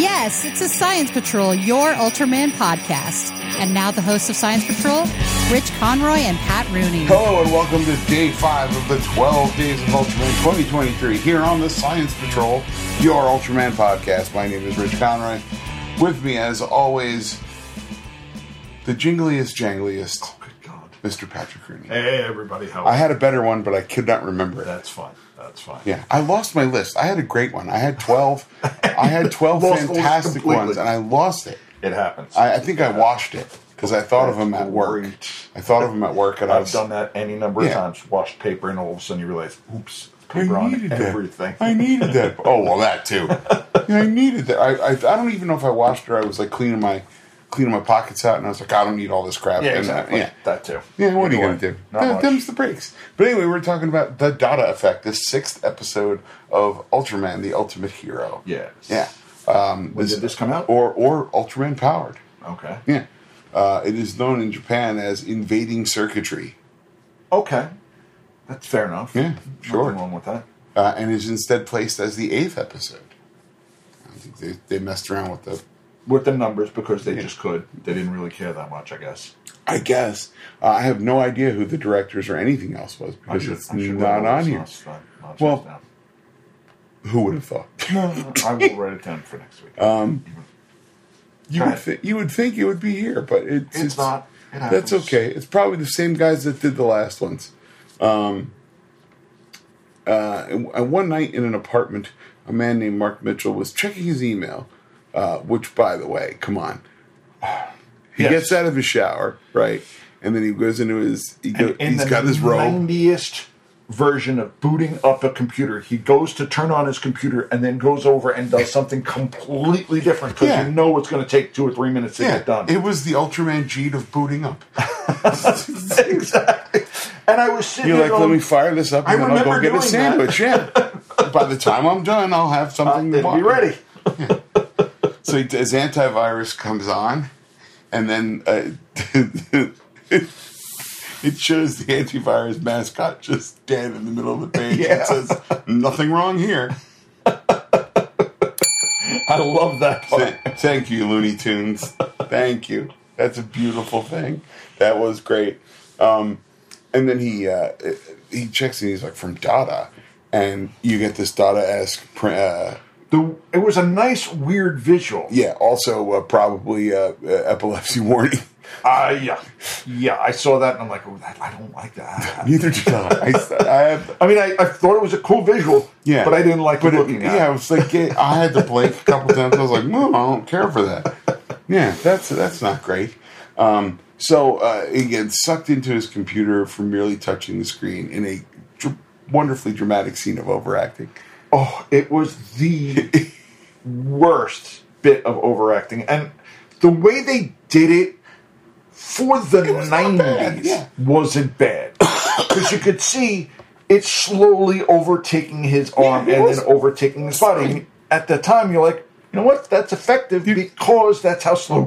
Yes, it's a Science Patrol, your Ultraman podcast. And now the hosts of Science Patrol, Rich Conroy and Pat Rooney. Hello and welcome to day five of the 12 Days of Ultraman 2023 here on the Science Patrol, your Ultraman podcast. My name is Rich Conroy. With me, as always, the jingliest, jangliest, Good God. Mr. Patrick Rooney. Hey, everybody. How I had a better one, but I could not remember it. That's fine. That's fine. Yeah, I lost my list. I had a great one. I had 12. I had 12 Lost almost fantastic completely. ones, and I lost it. It happens. I, I think I washed it because I thought of them at work. I thought of them at work, and I I've was done that any number Yeah. of times. Washed paper, and all of a sudden you realize, oops, I paper on needed everything. That. I needed that. Oh well, that too. Yeah, I needed that. I, I I don't even know if I washed her. I was like cleaning my cleaning my pockets out, and I was like, I don't need all this crap. Yeah, And, uh, exactly. yeah. That too. Yeah, what are you Either going way, to do? Not Th- much. them's the breaks. But anyway, we're talking about the Dada effect, the sixth episode of Ultraman, the Ultimate Hero. Yes. Yeah. Um, When did this come out? Or, or Ultraman Powered. Okay. Yeah. Uh, it is known in Japan as Invading Circuitry. Okay. That's fair enough. Yeah, sure. Nothing wrong with that. uh, and is instead placed as the eighth episode. I think they, they messed around with the. With the numbers, because they just could. They didn't really care that much, I guess. I guess uh, I have no idea who the directors or anything else was I because should- it's I should not write all on this here. last time, not Well- just now. Who would have thought? I will write it down for next Uh, week. You would Right. th- you would think it would be here, but it's, It's not. It that's happens. okay. It's probably the same guys that did the last ones. Um, uh, and- and one night in an apartment, a man named Mark Mitchell was checking his email. Uh, which, by the way, come on, he Yes. gets out of his shower, right, and then he goes into his. He go, in he's the got his robe. 90th version of booting up a computer. He goes to turn on his computer and then goes over and does something completely different because Yeah. you know it's going to take two or three minutes to get Yeah, done. it was the Ultraman Gene of booting up. exactly. And I was sitting You're there like, let going, me fire this up, I and then I'll go remember get a doing sandwich. Yeah. By the time I'm done, I'll have something to "It'll be watch. ready. So he- his antivirus comes on, and then uh, it shows the antivirus mascot just dead in the middle of the page. Yeah. It says nothing wrong here. I love that part. Th- Thank you, Looney Tunes. Thank you. That's a beautiful thing. That was great. Um, and then he uh, he checks and he's like from Dada, and you get this Dada esque. Uh, The, it was a nice, weird visual. yeah, also uh, probably uh, uh, epilepsy warning. Uh, yeah. Yeah, I saw that and I'm like, oh, that, I don't like that. Neither did I. I, I have, I mean, I, I thought it was a cool visual, Yeah, but I didn't like But it- looking at yeah, I it. was like, yeah, I had to blink a couple times. I was like, no, I don't care for that. Yeah, that's that's not great. Um, so uh, he gets sucked into his computer for merely touching the screen in a dr- wonderfully dramatic scene of overacting. Oh, it was the worst bit of overacting. And the way they did it for the was not bad, 90s yeah. wasn't bad. Because you could see it slowly overtaking his arm it and was- then overtaking his body. And At the time, you're like, you know what? That's effective because that's how slow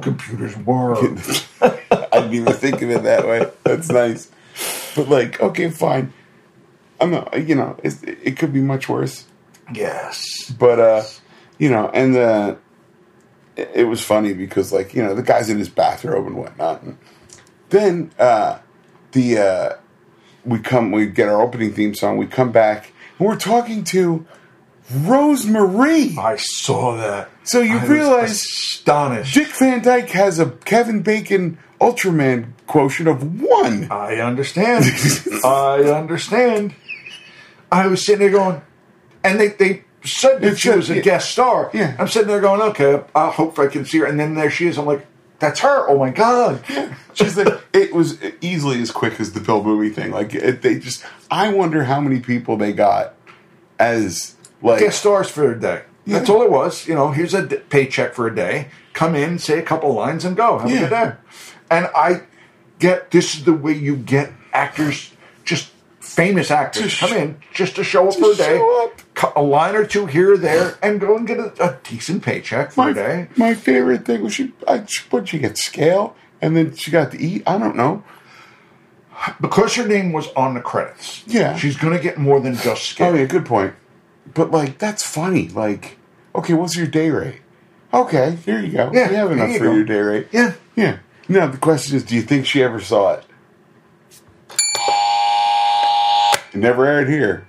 computers were. I didn't even think of it that way. That's nice, but like, okay, fine. I'm not, you know, it's, it could be much worse. yes. but uh you know and uh it, it was funny because like you know the guy's in his bathrobe and whatnot and then uh the uh we come we get our opening theme song we come back and we're talking to Rosemarie I saw that. So you I was realize- astonished. Dick Van Dyke has a Kevin Bacon Ultraman quotient of one I understand. I understand. I was sitting there going, and they, they said that It she said- was a yeah. guest star. Yeah. I'm sitting there going, okay, I hope I can see her. And then there she is. I'm like, that's her. Oh my God. She's like, it was easily as quick as the Bill Bowie thing. Like, it, they just, I wonder how many people they got as, like, Guest stars for a day. That's all it was. You know, here's a d- paycheck for a day. Come in, say a couple lines, and go. Have Yeah. a good day. And I get this is the way you get actors, just famous actors, Just come in just to show up to for a day, show up. cu- a line or two here or there, and go and get a, a decent paycheck for my, a day. my favorite thing was she, I, what she get scale, and then she got to eat. I don't know. Because her name was on the credits. Yeah. She's going to get more than just Oh scale. yeah, good point. But like, that's funny. Like, okay, what's your day rate? Okay, here you go. Yeah, you have there enough you for go. your day rate. Yeah. Yeah. Now the question is, do you think she ever saw it? It never aired here.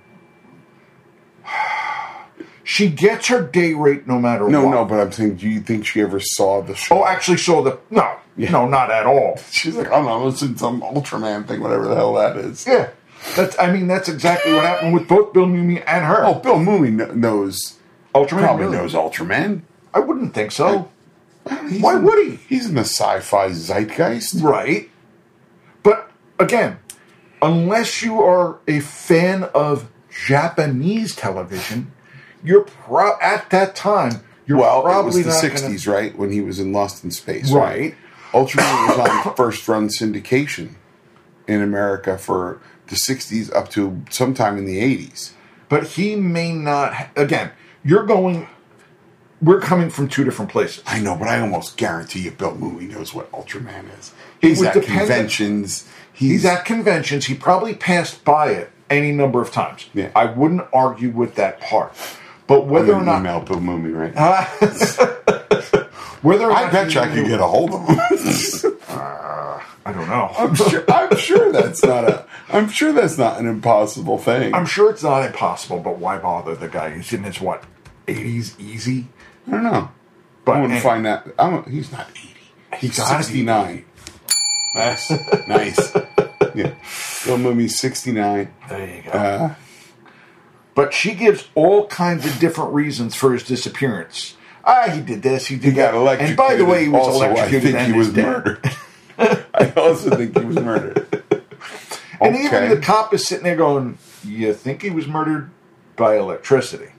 She gets her day rate no matter No, what. no, but I'm saying, do you think she ever saw the show? Oh, actually, saw the. No. No, not at all. she's like, oh no, it's in some Ultraman thing, whatever the hell that is. Yeah. That's. I mean, that's exactly what happened with both Bill Newman and her. Oh, Bill Mooney kn- knows. Ultraman Probably really? knows Ultraman. I wouldn't think so. He's Why in- would he? He's in the sci-fi zeitgeist. Right. But again, unless you are a fan of Japanese television, you're pro- at that time. You're well, it was probably the not gonna- '60s, right, when he was in Lost in Space, Right. Ultraman was on first-run syndication in America for the '60s up to sometime in the '80s. but he may not. Again, you're going. We're coming from two different places. I know, but I almost guarantee you, Bill Mooney knows what Ultraman is. He's would at depend- conventions. He's, He's at conventions. He probably passed by it any number of times. Yeah. I wouldn't argue with that part. But I'm whether gonna or not, Uh, email Bill Mooney right now. whether or I not bet you I knew- could get a hold of him. I don't know. I'm sure, I'm sure that's not a. I'm sure that's not an impossible thing. I'm sure it's not impossible, but why bother the guy? He's in his what, 80s easy? I don't know. But I want to and- find out. I don't, he's not 80. He's gotta be 69. Nice. nice. Yeah. Bill Mooney's 69. There you go. Uh-huh. but she gives all kinds of different reasons for his disappearance. Ah, he did this. He did He got that. electrocuted. And by the way, he was also, electrocuted. I think and he is was dead. murdered. I also think he was murdered. And Okay. even the cop is sitting there going, "You think he was murdered by electricity?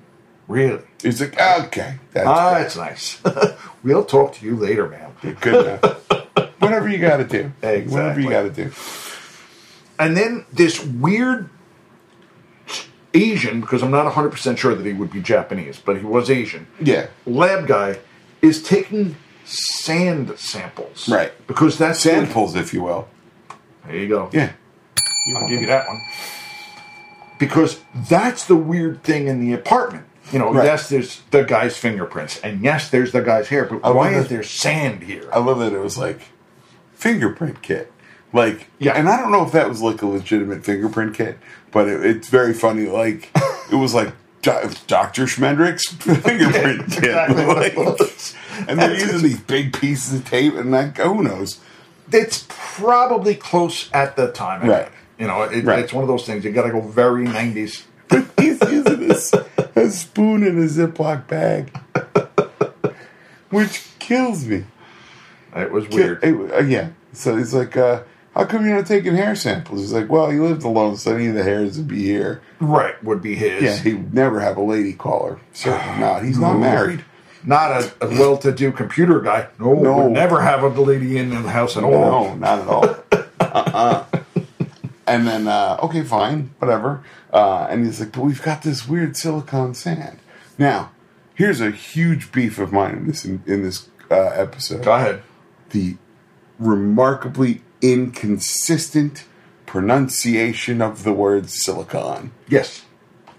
Really? He's like, okay. That's ah, it's nice. we'll talk to you later, ma'am." good. good enough. Whatever you got to do. Whatever Exactly. you got to do. And then this weird Asian, because I'm not 100% sure that he would be Japanese, but he was Asian. Yeah. Lab guy is taking sand samples. Right. Because that's Samples, if you will. There you go. Yeah. I'll give you that one. Because that's the weird thing in the apartment. You know, Right. yes, there's the guy's fingerprints, and yes, there's the guy's hair, but I why wonder- is there sand here? I love that it was like fingerprint kit. Like, Yeah. and I don't know if that was like a legitimate fingerprint kit, but it, it's very funny. Like, it was like Doctor Schmendrick's fingerprint kit, exactly what it Like, was. and they're using these big pieces of tape, and like, who knows? it's probably close at the time. Right. You know, it, Right. it's one of those things you got to go very 90s. But he's using his, a spoon in a Ziploc bag, which kills me. It was Yeah, weird. It, wa- uh, yeah. So he's like, uh, how come you're not taking hair samples? He's like, well, you lived alone, so any of the hairs would be here. right, would be his. Yeah, he would never have a lady caller. Certainly not. He's not married. Not a, a well to do computer guy. No, No. would never have a lady in the house at all. No, not at all. uh-uh. And then, uh, okay, fine, whatever. Uh, and he's like, but we've got this weird silicon sand. Now, here's a huge beef of mine in this in, this uh, episode. Go ahead. the remarkably inconsistent pronunciation of the word silicon. Yes.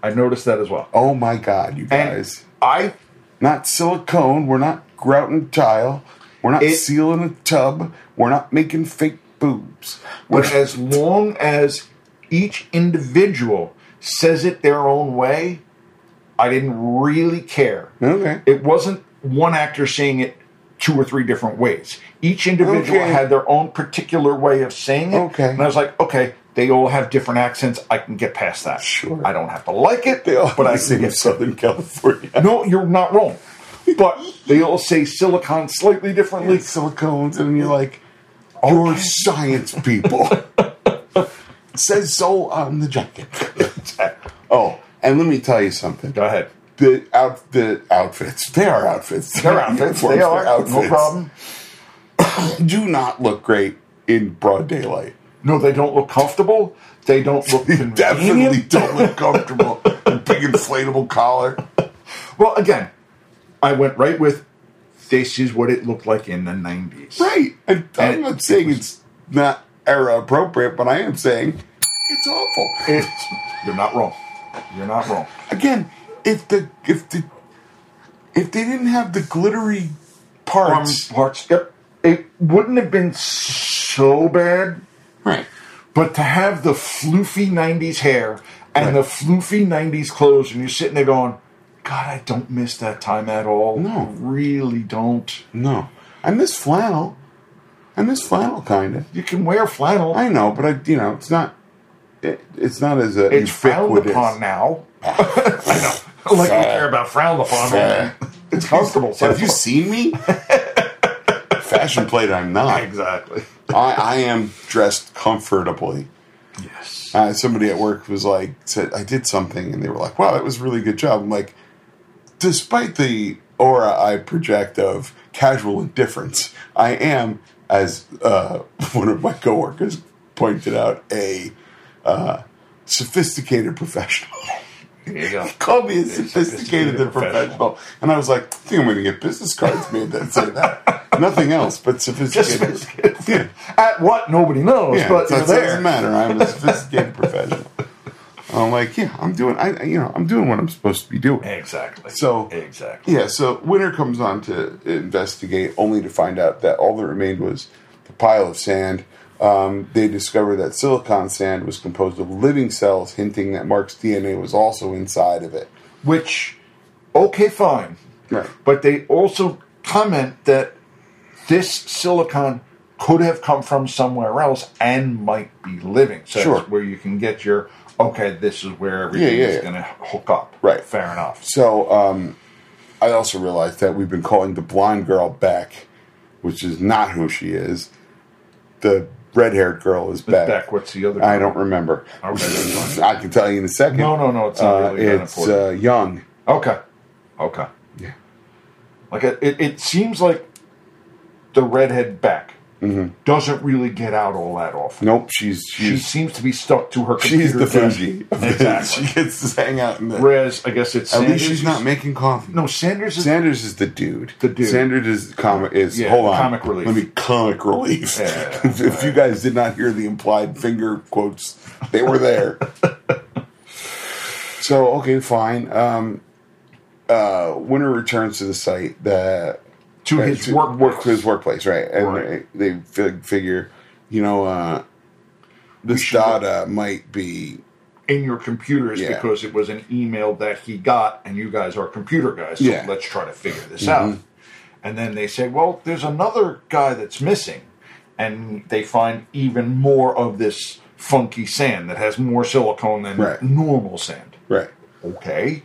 I noticed that as well. Oh my god, you and guys. I Not silicone, we're not grouting tile, we're not It- sealing a tub, we're not making fake boobs. We're, But as long as each individual says it their own way, I didn't really care. Okay. It wasn't one actor saying it two or three different ways. Each individual Okay. had their own particular way of saying it. Okay. And I was like, okay, they all have different accents. I can get past that. Sure. I don't have to like it, they all but I sing can in get past Southern California. No, you're not wrong. But they all say silicon slightly differently. Like silicones, and you're like, you're science people. It says so on the jacket. oh, and let me tell you something. Go ahead. the out the outfits. They are outfits. They're outfits. They Uniforms, are. they're No problem. Do not look great in broad daylight. No, they don't look comfortable. They don't look You convenient. definitely don't look comfortable. Big inflatable collar. Well, again, I went right with this is what it looked like in the 90s. Right. And And I'm it- not saying it's not era appropriate, but I am saying it's awful. It's, you're not wrong. You're not wrong. Again, if the if the if they didn't have the glittery parts. from Um, parts. Yep. It wouldn't have been so bad, right. but to have the floofy 90s hair and Right. the floofy 90s clothes, and you're sitting there going, God, I don't miss that time at all. No. Really don't. No. I miss flannel. I miss flannel kind of. You can wear flannel. I know, but I you know, it's not it, it's not as a it's frowned ubiquitous- upon now. I know. Like, we Fair. care about frowned upon. Fair. It's comfortable. so- Have you seen me? Fashion plate, I'm not. Exactly. I, I am dressed comfortably. Yes. Uh, somebody at work was like, said, I did something, and they were like, wow, that was a really good job. I'm like, despite the aura I project of casual indifference, I am, as uh, one of my coworkers pointed out, a uh, sophisticated professional. There you go. Called me a sophisticated, sophisticated and professional. And I was like, I think I'm going to get business cards made that say that. Nothing else but sophisticated. Yeah. At what nobody knows, Yeah, but so you're it there. doesn't matter. I'm a sophisticated professional. I'm like, yeah, I'm doing. I, I- you know, I'm doing what I'm supposed to be doing. Exactly. So- exactly. Yeah. So Winter comes on to investigate, only to find out that all that remained was the pile of sand. Um, they discover that silicon sand was composed of living cells, hinting that Mark's DNA was also inside of it. Which, okay, fine, Right. but they also comment that this silicon could have come from somewhere else and might be living. So Sure. it's where you can get your okay. This is where everything yeah, is yeah. going to hook up. Right. Fair enough. So um, I also realized that we've been calling the blonde girl Beck, which is not who she is. The red-haired girl is Beck. Beck, what's the other? I don't remember. Okay, that's I can tell you in a second. No, no, no, it's not really that uh, It's uh, Young. Okay. Okay. Yeah. Like it, it, it seems like the redhead Beck doesn't really get out all that often. Nope, she's She Mm-hmm. she's seems to be stuck to her computer. she's the desk. Fuji. Exactly. she gets to hang out in the. Whereas I guess it's at Sanders least she's is- not making coffee. No, Sanders is Sanders is the dude. The dude. Sanders is comic is Yeah, hold on. comic relief. Let me comic relief. Yeah, if, if you guys did not hear the implied finger quotes, they were there. so okay, fine. Um, uh, Winter returns to the site that to right, his work. work to his workplace, right? And Right. they fi- figure, you know, uh, this should- data might be in your computers Yeah. because it was an email that he got, and you guys are computer guys, so Yeah. Mm-hmm. let's try to figure this out. And then they say, well, there's another guy that's missing, and they find even more of this funky sand that has more silicone than Right. normal sand. right. Okay.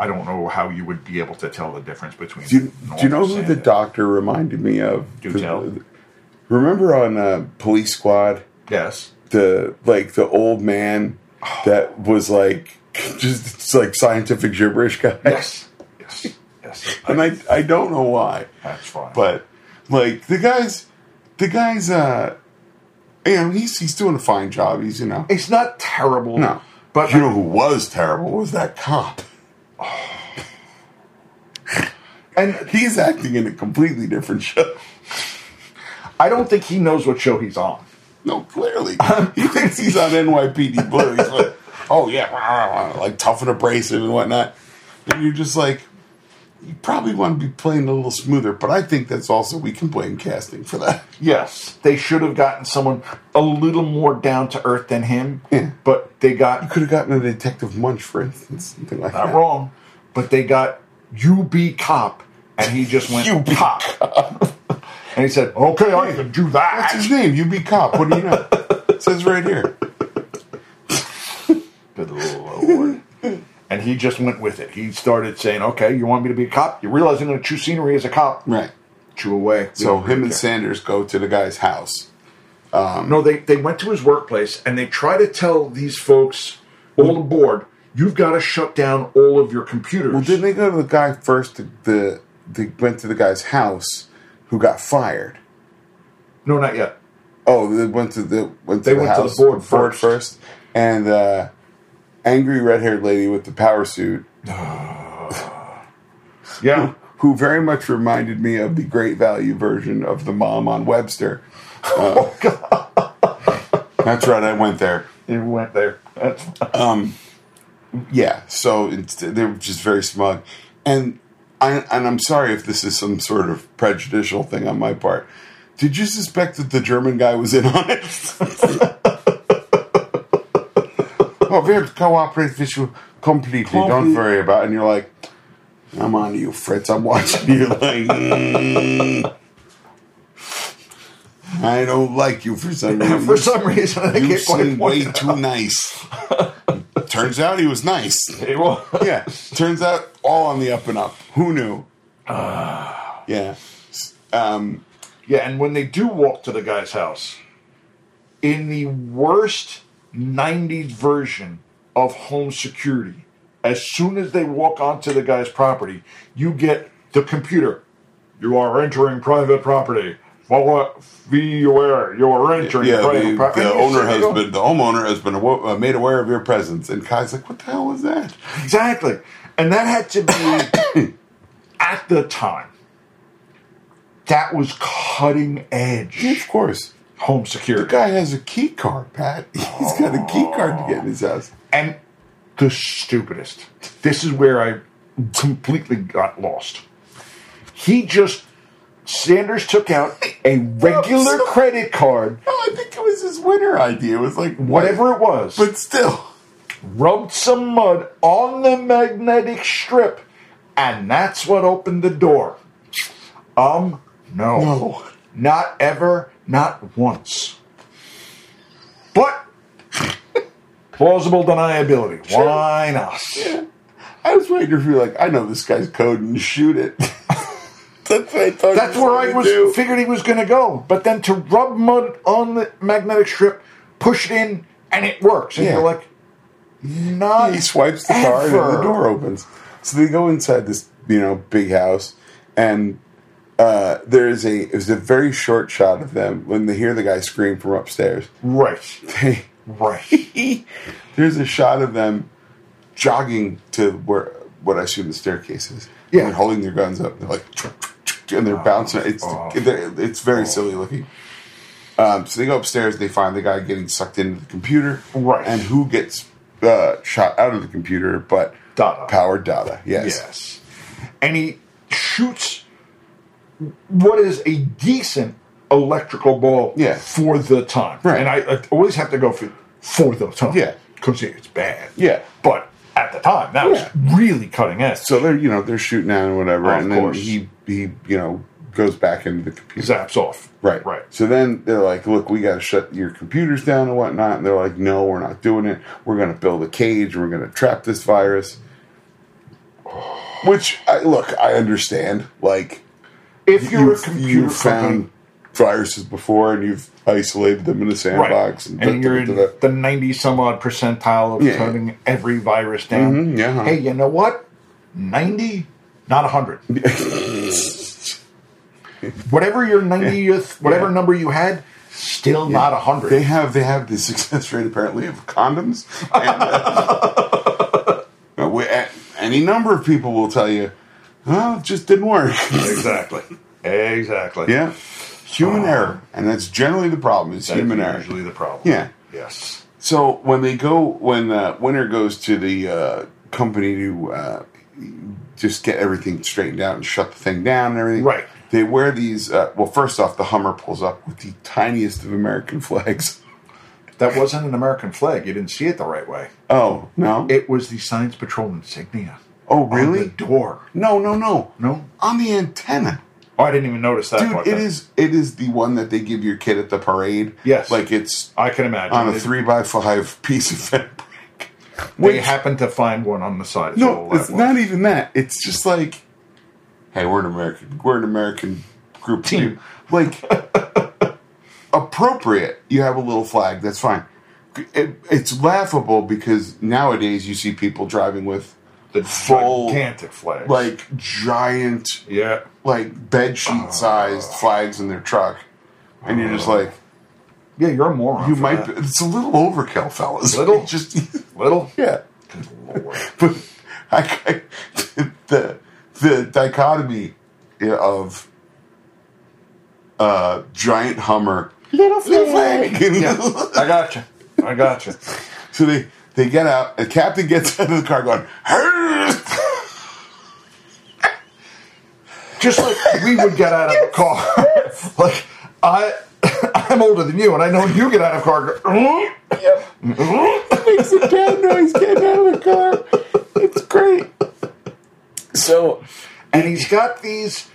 I don't know how you would be able to tell the difference between. Do you, do you normal know who sand the and- doctor reminded me of? Do tell. Remember on uh, Police Squad, Yes. the like the old man that was like just it's like scientific gibberish guy. Yes. Yes. Yes. And I I don't know why, that's fine. but like the guys, the guys, uh, you know, he's he's doing a fine job. He's you know it's not terrible. No. But you know who was terrible was that cop. and He's acting in a completely different show. I don't think he knows what show he's on. No, clearly. He thinks he's on NYPD Blue. He's like, oh, yeah, rah, rah, rah, like tough and abrasive and whatnot. And you're just like, you probably want to be playing a little smoother, but I think that's also, we can blame casting for that. Yes, they should have gotten someone a little more down to earth than him. Yeah. But they got Could have gotten a Detective Munch, for instance, something like not that. wrong, but they got UB cop, and he just went UB cop. and he said, "Okay, I can do That's that." his name, You be Cop. What do you know? it says right here. Good lord. And he just went with it. He started saying, "Okay, you want me to be a cop? You realize I'm going to chew scenery as a cop? Right. Chew away." We So don't really him and care. Sanders go to the guy's house. No, they, they went to his workplace and they try to tell these folks all aboard, you've got to shut down all of your computers. Well, didn't they go to the guy first? The, the they went to the guy's house, who got fired. no, not yet. Oh, they went to the went to They the went to the house, board first. first, and uh, angry red haired lady with the power suit, Yeah. who very much reminded me of the Great Value version of the mom on Webster. Oh, Uh, that's right, I went there. You went there. That's Yeah, so it's, they were just very smug, and I, and I'm sorry if this is some sort of prejudicial thing on my part. Did you suspect that the German guy was in on it? well, we have to cooperate with you completely. Don't Complete- worry about it. And you're like, I'm on to you, Fritz. I'm watching you. Like, mm. I don't like you for some reason. For some reason, I you can't quite seem point way it too nice. Turns out he was nice out. Well, yeah. Turns out all on the up and up. Who knew? Uh, yeah. S- Um, yeah, and when they do walk to the guy's house, in the worst 90s version of home security, as soon as they walk onto the guy's property, you get the computer. You are entering private property. Follow, be aware. You are entering yeah. private The, property. the And you owner sit has there going, been, the homeowner has been awo- uh, made aware of your presence. And Kai's like, what the hell was that? Exactly. And that had to be at the time. That was cutting Yeah, edge of course. home The security. guy has a key card, Pat. He's got a key card to get in his house. And the stupidest. This is where I completely got lost. He just Sanders took out a regular credit card, No, I think it was his winner idea. It was like, whatever it was. But still. rubbed some mud on the magnetic strip, and that's what opened the door. Um, no. No. Not ever, not once. But plausible deniability. Why not? I was waiting for you, like, I know this guy's code and shoot it. That's what I thought. That's he where gonna I was do. figured he was going to go. But then to rub mud on the magnetic strip, push it in, and it works. And Yeah. you're like, not he swipes the card and the ever. door opens. So they go inside this, you know, big house, and uh, there is a there's a very short shot of them when they hear the guy scream from upstairs. Right. They, Right. there's a shot of them jogging to where what I assume the staircase is. Yeah. and holding their guns up. They're like, and they're bouncing. It's oh, they're- it's very silly looking. Um, so they go upstairs. They find the guy getting sucked into the computer. Right. and who gets uh, shot out of the computer? But Dada. Power Dada. Yes. Yes. And he shoots what is a decent electrical ball Yeah. for the time. Right. And I, I always have to go for, for the time. Yeah. Because it's bad. Yeah. But at the time, that Yeah. was really cutting edge. So they're you know they're shooting at him and whatever, Of and then course. he he you know goes back into the computer. zaps off. Right. Right. So then they're like, look, we got to shut your computers down and whatnot. And they're like, no, we're not doing it. We're going to build a cage. We're going to trap this virus. Which, I, look, I understand. Like, If you're a you've, computer you've company, found viruses before and you've isolated them in a right, sandbox. and, da- you're da- in da- da- the ninety some odd percentile of Yeah. turning every virus down, Mhm, yeah. hey, you know what? Ninety, not hundred. whatever your ninetieth, whatever Yeah. number you had, still not not hundred. They have they have the success rate apparently of condoms, and, uh, we- a- any number of people will tell you, well, it just didn't work. exactly. Exactly. Yeah. Human error. And that's generally the problem is That's human error. Oh. usually the problem. Yeah. Yes. So when they go, when uh, Winter goes to the uh, company to uh, just get everything straightened out and shut the thing down and everything. Right. They wear these. Uh, well, first off, the Hummer pulls up with the tiniest of American flags. That wasn't an American flag. You didn't see it the right way. Oh no! It was the Science Patrol insignia. oh on really? the door. no, no, no, No? On the antenna. Oh, I didn't even notice that. part Dude, it then. is it is the one that they give your kid at the parade. Yes. like it's I can imagine. on a It- three by five piece of fabric. They Which- happen to find one on the side. is all No, that it's was. not even that. It's just like, hey, we're an American, we're an American group Team. team. Like, appropriate. You have a little flag. That's fine. It, it's laughable because nowadays you see people driving with the full- gigantic flag. like giant, yeah, like bedsheet sized flags in their truck, and you're just like, yeah, you're a moron. you for might. that. Be, it's a little overkill, fellas. Little? just little. yeah. Lord. but I, I- the the dichotomy of uh, giant Hummer Little flag. I got you. I got you. so they they get out. The captain gets out of the car going. "Hurr!" just like we would get out of a car. like I, I'm older than you, and I know when you get out of a car. Go, "Uh-huh." Makes a cat noise getting out of the car. It's great. So and he's got these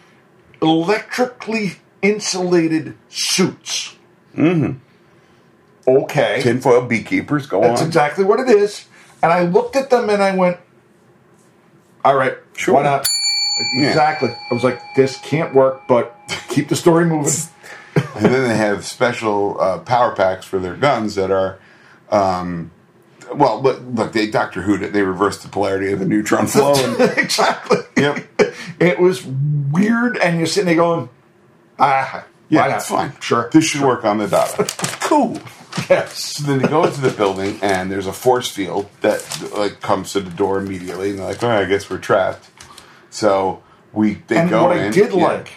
electrically insulated suits. Mm-hmm. Okay, Tinfoil beekeepers, go that's on. exactly what it is. And I looked at them and I went, "All right, Sure. why not?" Yeah. Exactly. I was like, "This can't work," but keep the story moving. and then they have special uh, power packs for their guns that are, um, well, look, look, they Doctor Who did. They reversed the polarity of the neutron flow. And, exactly. yep. It was weird, and you're sitting there going, "Ah, Yeah, why not?" that's fine. Sure. This should work on the data. cool. yes. So then they go into the building, and there's a force field that like comes to the door immediately, and they're like, "All right, I guess we're trapped." So we they And go what in. I did yeah. like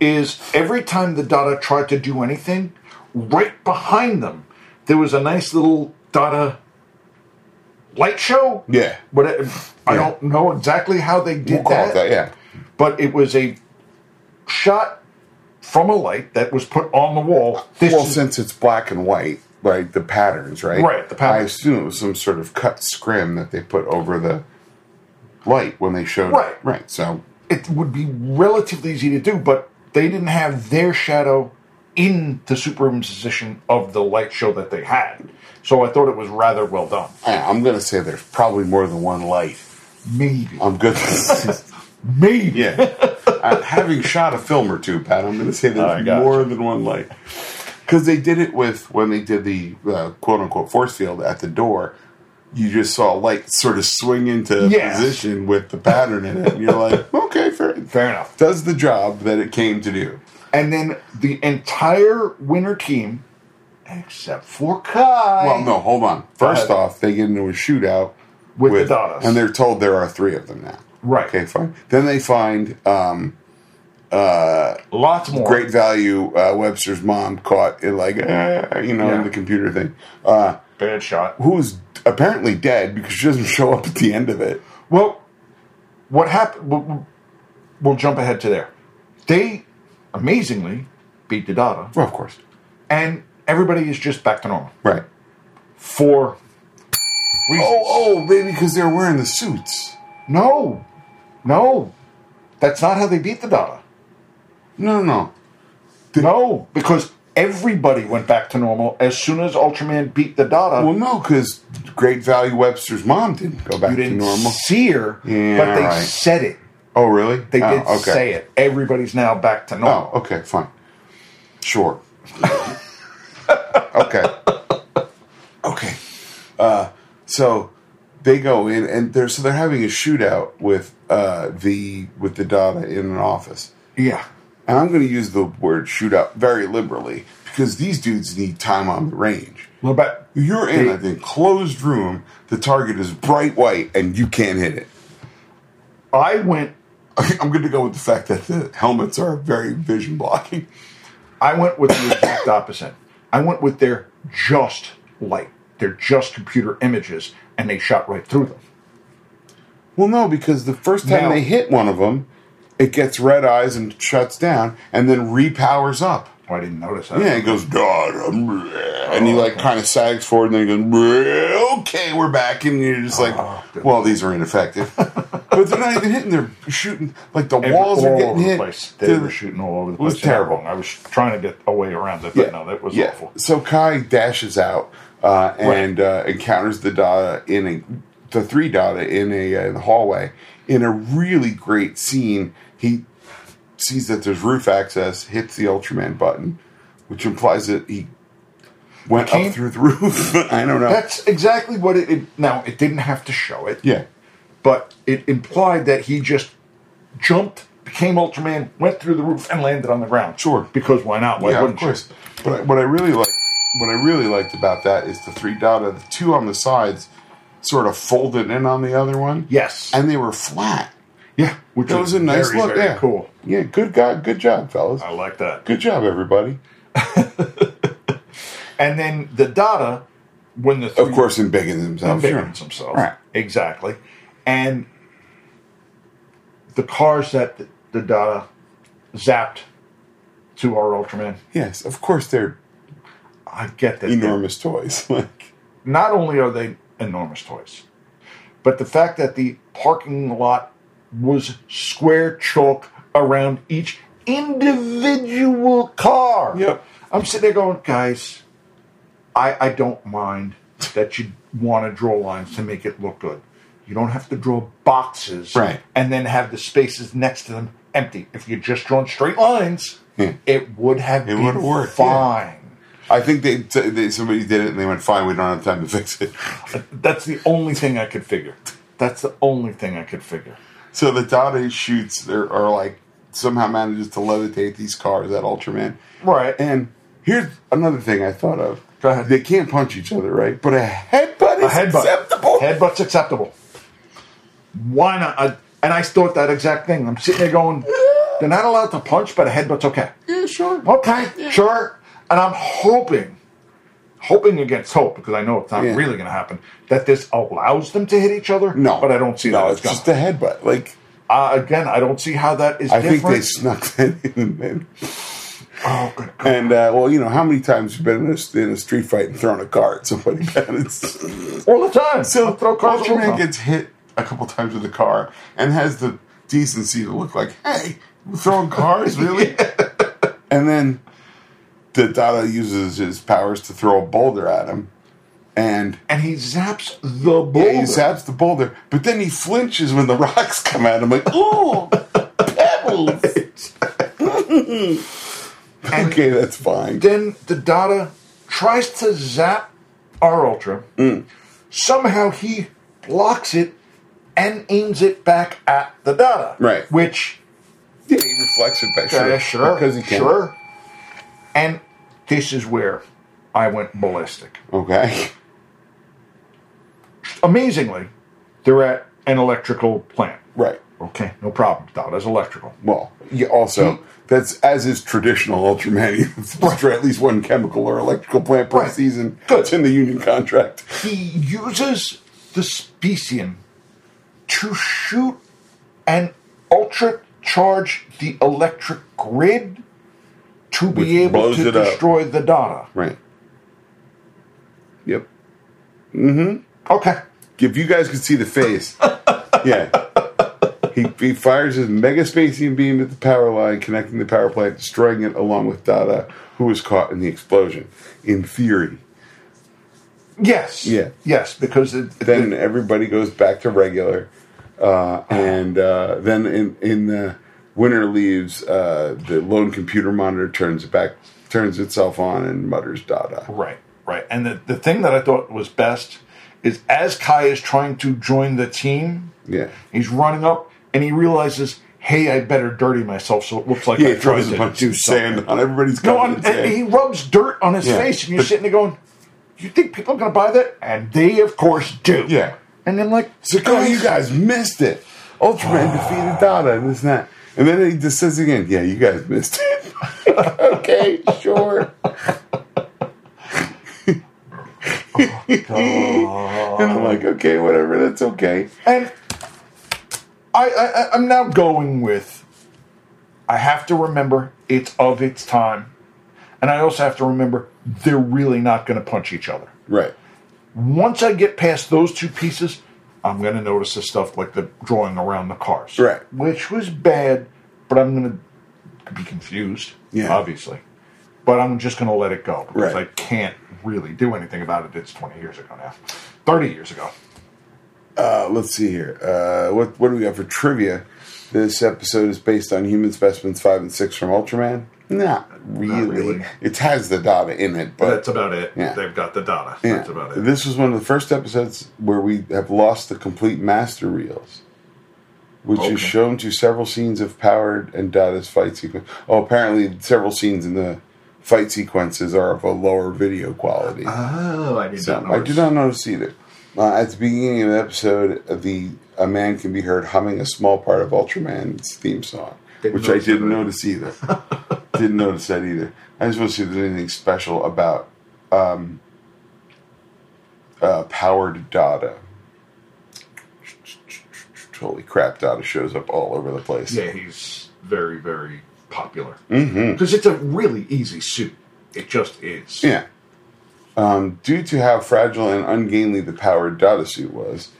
is every time the Dada tried to do anything, right behind them, there was a nice little Dada light show. Yeah. What it, I Yeah. don't know exactly how they did we'll call it that, yeah. but it was a shot from a light that was put on the wall. This well, is- since it's black and white, like the patterns, right? Right, the I patterns. assume it was some sort of cut scrim that they put over the light when they showed. Right. Right. So it would be relatively easy to do, but they didn't have their shadow in the superimposition of the light show that they had. So I thought it was rather well done. I, I'm going to say there's probably more than one light. Maybe. I'm good. Maybe. yeah. Uh, having shot a film or two, Pat, I'm going to say I there's gotcha. more than one light. Because they did it with when they did the uh, quote unquote force field at the door. You just saw a light sort of swing into Yes. position with the pattern in it, and you're like, okay, fair, Fair enough. does the job that it came to do. And then the entire winner team, except for Kai. Well, no, hold on. First ahead. off, they get into a shootout With the Dadas. and they're told there are three of them now. Right. Okay, fine. Then they find um, Lots more. great value. Uh, Webster's mom caught it, like eh, you know, Yeah. in the computer thing. Uh, Bad shot. who's apparently dead because she doesn't show up at the end of it. Well, what happened? We'll, we'll jump ahead to there. They amazingly beat the Dada, Well, of course, and everybody is just back to normal right? for reasons. Oh, oh, maybe because they're wearing the suits. No, no, that's not how they beat the Dada. No, no, No, because everybody went back to normal as soon as Ultraman beat the Dada. well, no, because great value Webster's mom didn't go back you didn't to normal. see her, Yeah, but they right. said it. Oh, really? They Oh, did say it. Everybody's now back to normal. Oh, okay, fine. Sure. okay. Okay. Uh, so they go in and they're so they're having a shootout with uh, the with the Dada in an office. Yeah, And I'm gonna use the word shootout very liberally because these dudes need time on the range. what about You're in an enclosed room, the target is bright white and you can't hit it. I went I'm gonna go with the fact that the helmets are very vision blocking. I went with the exact opposite. I went with their just light. They're just computer images, and they shot right through them. Well, no, because the first time Now- they hit one of them, it gets red eyes and shuts down, and then repowers up. Oh, I didn't notice that. Yeah, it goes God, um, bleh," and he like kind of sags forward, and then he goes, "Bleh, "Okay, we're back," and you're just like, Oh, "Well, these are ineffective." but they're not even hitting; they're shooting like the Every- walls are all getting over hit. The place. They They're- were shooting all over the It was place. and terrible. everything. I was trying to get a way around it, but no, that was yeah. awful. So Kai dashes out uh, and uh, encounters the Dada in a the three Dada in a uh, in the hallway in a really great scene. He sees that there's roof access, hits the Ultraman button, which implies that he went Came- up through the roof. I don't know. That's exactly what it, it. Now it didn't have to show it, yeah. but it implied that he just jumped, became Ultraman, went through the roof, and landed on the ground. Sure. because why not? Why yeah, of wouldn't you? course. But I, what I really like, what I really liked about that is the three Dada, the two on the sides, sort of folded in on the other one. Yes. and they were flat. Yeah, which That was a nice very, look. very yeah, cool. Yeah, good guy. Good job, fellas. I like that. Good job, everybody. And then the data, when the Of course, in bigging themselves. convicts sure. themselves, Right. Exactly. And the cars that the, the data zapped to our Ultraman. Yes, of course they're I get that. they're- enormous toys. Like, not only are they enormous toys, but the fact that the parking lot was square chalk around each individual car. Yep. I'm sitting there going, guys, I, I don't mind that you want to draw lines to make it look good. You don't have to draw boxes Right. and then have the spaces next to them empty. If you just drawn straight lines, Yeah. it would have It been would've worked, yeah. fine. I think they, they somebody did it and they went, "Fine, we don't have time to fix it." That's the only thing I could figure. That's the only thing I could figure. So the Dade shoots or, or like somehow manages to levitate these cars at Ultraman. Right. And here's another thing I thought of. Go ahead. They can't punch each other, right? But a headbutt is A headbutt. acceptable. Headbutt's acceptable. Why not? I, and I thought that exact thing. I'm sitting there going, they're not allowed to punch, but a headbutt's okay. yeah, sure. Okay, sure. And I'm hoping, hoping against hope, because I know it's not Yeah. really going to happen, that this allows them to hit each other. No, But I don't see no, that. It's just a headbutt. Like uh, again, I don't see how that is I different. think they snuck that in. Man. oh, good God. And uh, well, you know how many times you've been in a, in a street fight and thrown a car at somebody? And it's- All the time. So I'll throw cars all the Ultraman time. gets hit a couple times with a car and has the decency to look like, "Hey, we're throwing cars, really?" And then the Dada uses his powers to throw a boulder at him, and and he zaps the boulder. yeah, he zaps the boulder. But then he flinches when the rocks come at him, like, "Ooh, pebbles!" okay, that's fine. Then the Dada tries to zap our Ultra. Mm. Somehow he blocks it and aims it back at the Dada. Right. Which, Yeah, he reflects it back. sure, sure, because he can. sure. And this is where I went ballistic. Okay. Amazingly, they're at an electrical plant. Right. Okay, no problem. Dada's electrical. Well, yeah, also Hmm. that's as is traditional Ultraman. You must try at least one chemical or electrical plant per Right. season. Good. It's in the union contract. he uses the specium to shoot and ultra charge the electric grid to be Which able blows to it up. destroy the data. Right. Yep. Okay. If you guys could see the face, yeah. He, he fires his mega spacium beam at the power line, connecting the power plant, destroying it along with Dada, who was caught in the explosion. In theory, Yes. Yeah. Yes, because it, then everybody goes back to regular, uh, and uh, then in in the winter leaves, uh, the lone computer monitor turns back turns itself on and mutters "Dada." Right, right. And the, the thing that I thought was best is as Kai is trying to join the team, Yeah, he's running up and he realizes, hey, I better dirty myself so it looks like yeah. He I tried throws a to bunch do of something. sand on everybody's No, covered in and, and sand. he rubs dirt on his Yeah. face, and you're But- sitting there going, "You think people are going to buy that?" And they, of course, do. Yeah. oh, And I'm like, So come on, you guys missed it. Ultraman defeated Dada and this and that. And then he just says again, yeah, you guys missed it. okay, sure. and I'm like, okay, whatever, that's okay. and I, I, I- I'm now going with. I have to remember it's of its time, and I also have to remember they're really not going to punch each other. Right. Once I get past those two pieces, I'm going to notice the stuff like the drawing around the cars, Right. Which was bad, but I'm going to be confused, Yeah. obviously. But I'm just going to let it go because Right. I can't really do anything about it. It's 20 years ago now, 30 years ago. Uh, let's see here. Uh, what, what do we got for trivia? This episode is based on human specimens five and six from Ultraman. Not really. really. It has the Dada in it, but That's about it. Yeah. They've got the data. Yeah. That's about it. This was one of the first episodes where we have lost the complete master reels, which Okay. is shown to several scenes of powered and Data's fight sequence. Oh, apparently several scenes in the fight sequences are of a lower video quality. Oh, I did So, I did not notice either. Uh, at the beginning of the episode, the a man can be heard humming a small part of Ultraman's theme song, Didn't which I notice didn't that. notice either. didn't notice that either. I just want to see if there's anything special about um, uh, powered Dada. Holy crap! Dada shows up all over the place. Yeah, he's very, very popular because it's a really easy suit. It just is. Mm-hmm. Yeah. Um, due to how fragile and ungainly the powered Dada suit was,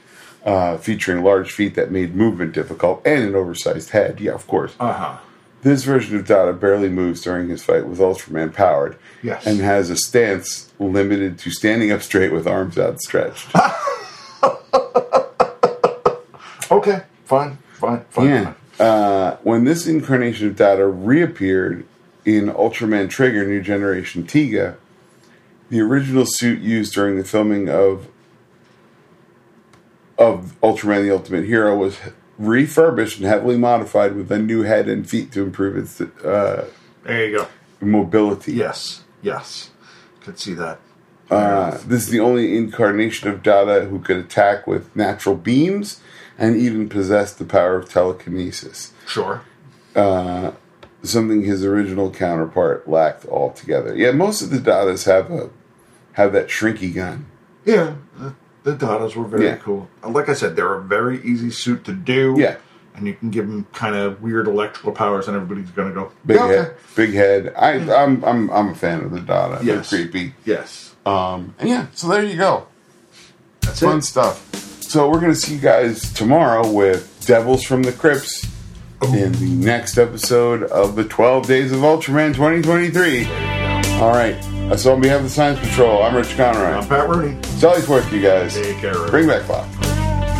uh, featuring large feet that made movement difficult and an oversized head, yeah, of course. Uh huh. This version of Dada barely moves during his fight with Ultraman Powered Yes. and has a stance limited to standing up straight with arms outstretched. Okay. Fine. Fine. Fine. yeah. fine. Uh, when this incarnation of Dada reappeared in Ultraman Trigger New Generation Tiga, the original suit used during the filming of of Ultraman the Ultimate Hero was refurbished and heavily modified with a new head and feet to improve its uh, There you go. mobility. Yes. Yes. Could see that. Uh, this is the only incarnation of Dada who could attack with natural beams and even possessed the power of telekinesis, Sure. something his original counterpart lacked altogether. Yeah, most of the Dadas have a have that shrinky gun. Yeah. The, the Dadas were very Yeah. cool. And Like I said, they're a very easy suit to do. Yeah. And you can give them kind of weird electrical powers, and everybody's going to go, Big "Yeah, okay." Hmm. head, big head. I, I'm I'm I'm a fan of the Dada. Yes. They're creepy. Yes. Um, and yeah, so there you go. That's Fun it. stuff. So we're gonna see you guys tomorrow with Devils from the Crypts in the next episode of the 12 Days of Ultraman 2023. All right. So on behalf of the Science Patrol, I'm Rich I'm Conroy. Pat Rooney. Sally Forth, you guys. Take care, everyone. Bring back clock.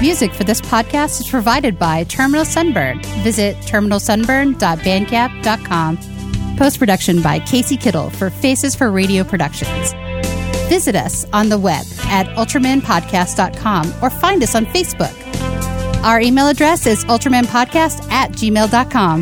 Music for this podcast is provided by Terminal Sunburn. Visit terminalsunburn.bandcamp.com. Post production by Casey Kittle for Faces for Radio Productions. Visit us on the web at ultramanpodcast.com or find us on Facebook. Our email address is ultramanpodcast at gmail.com.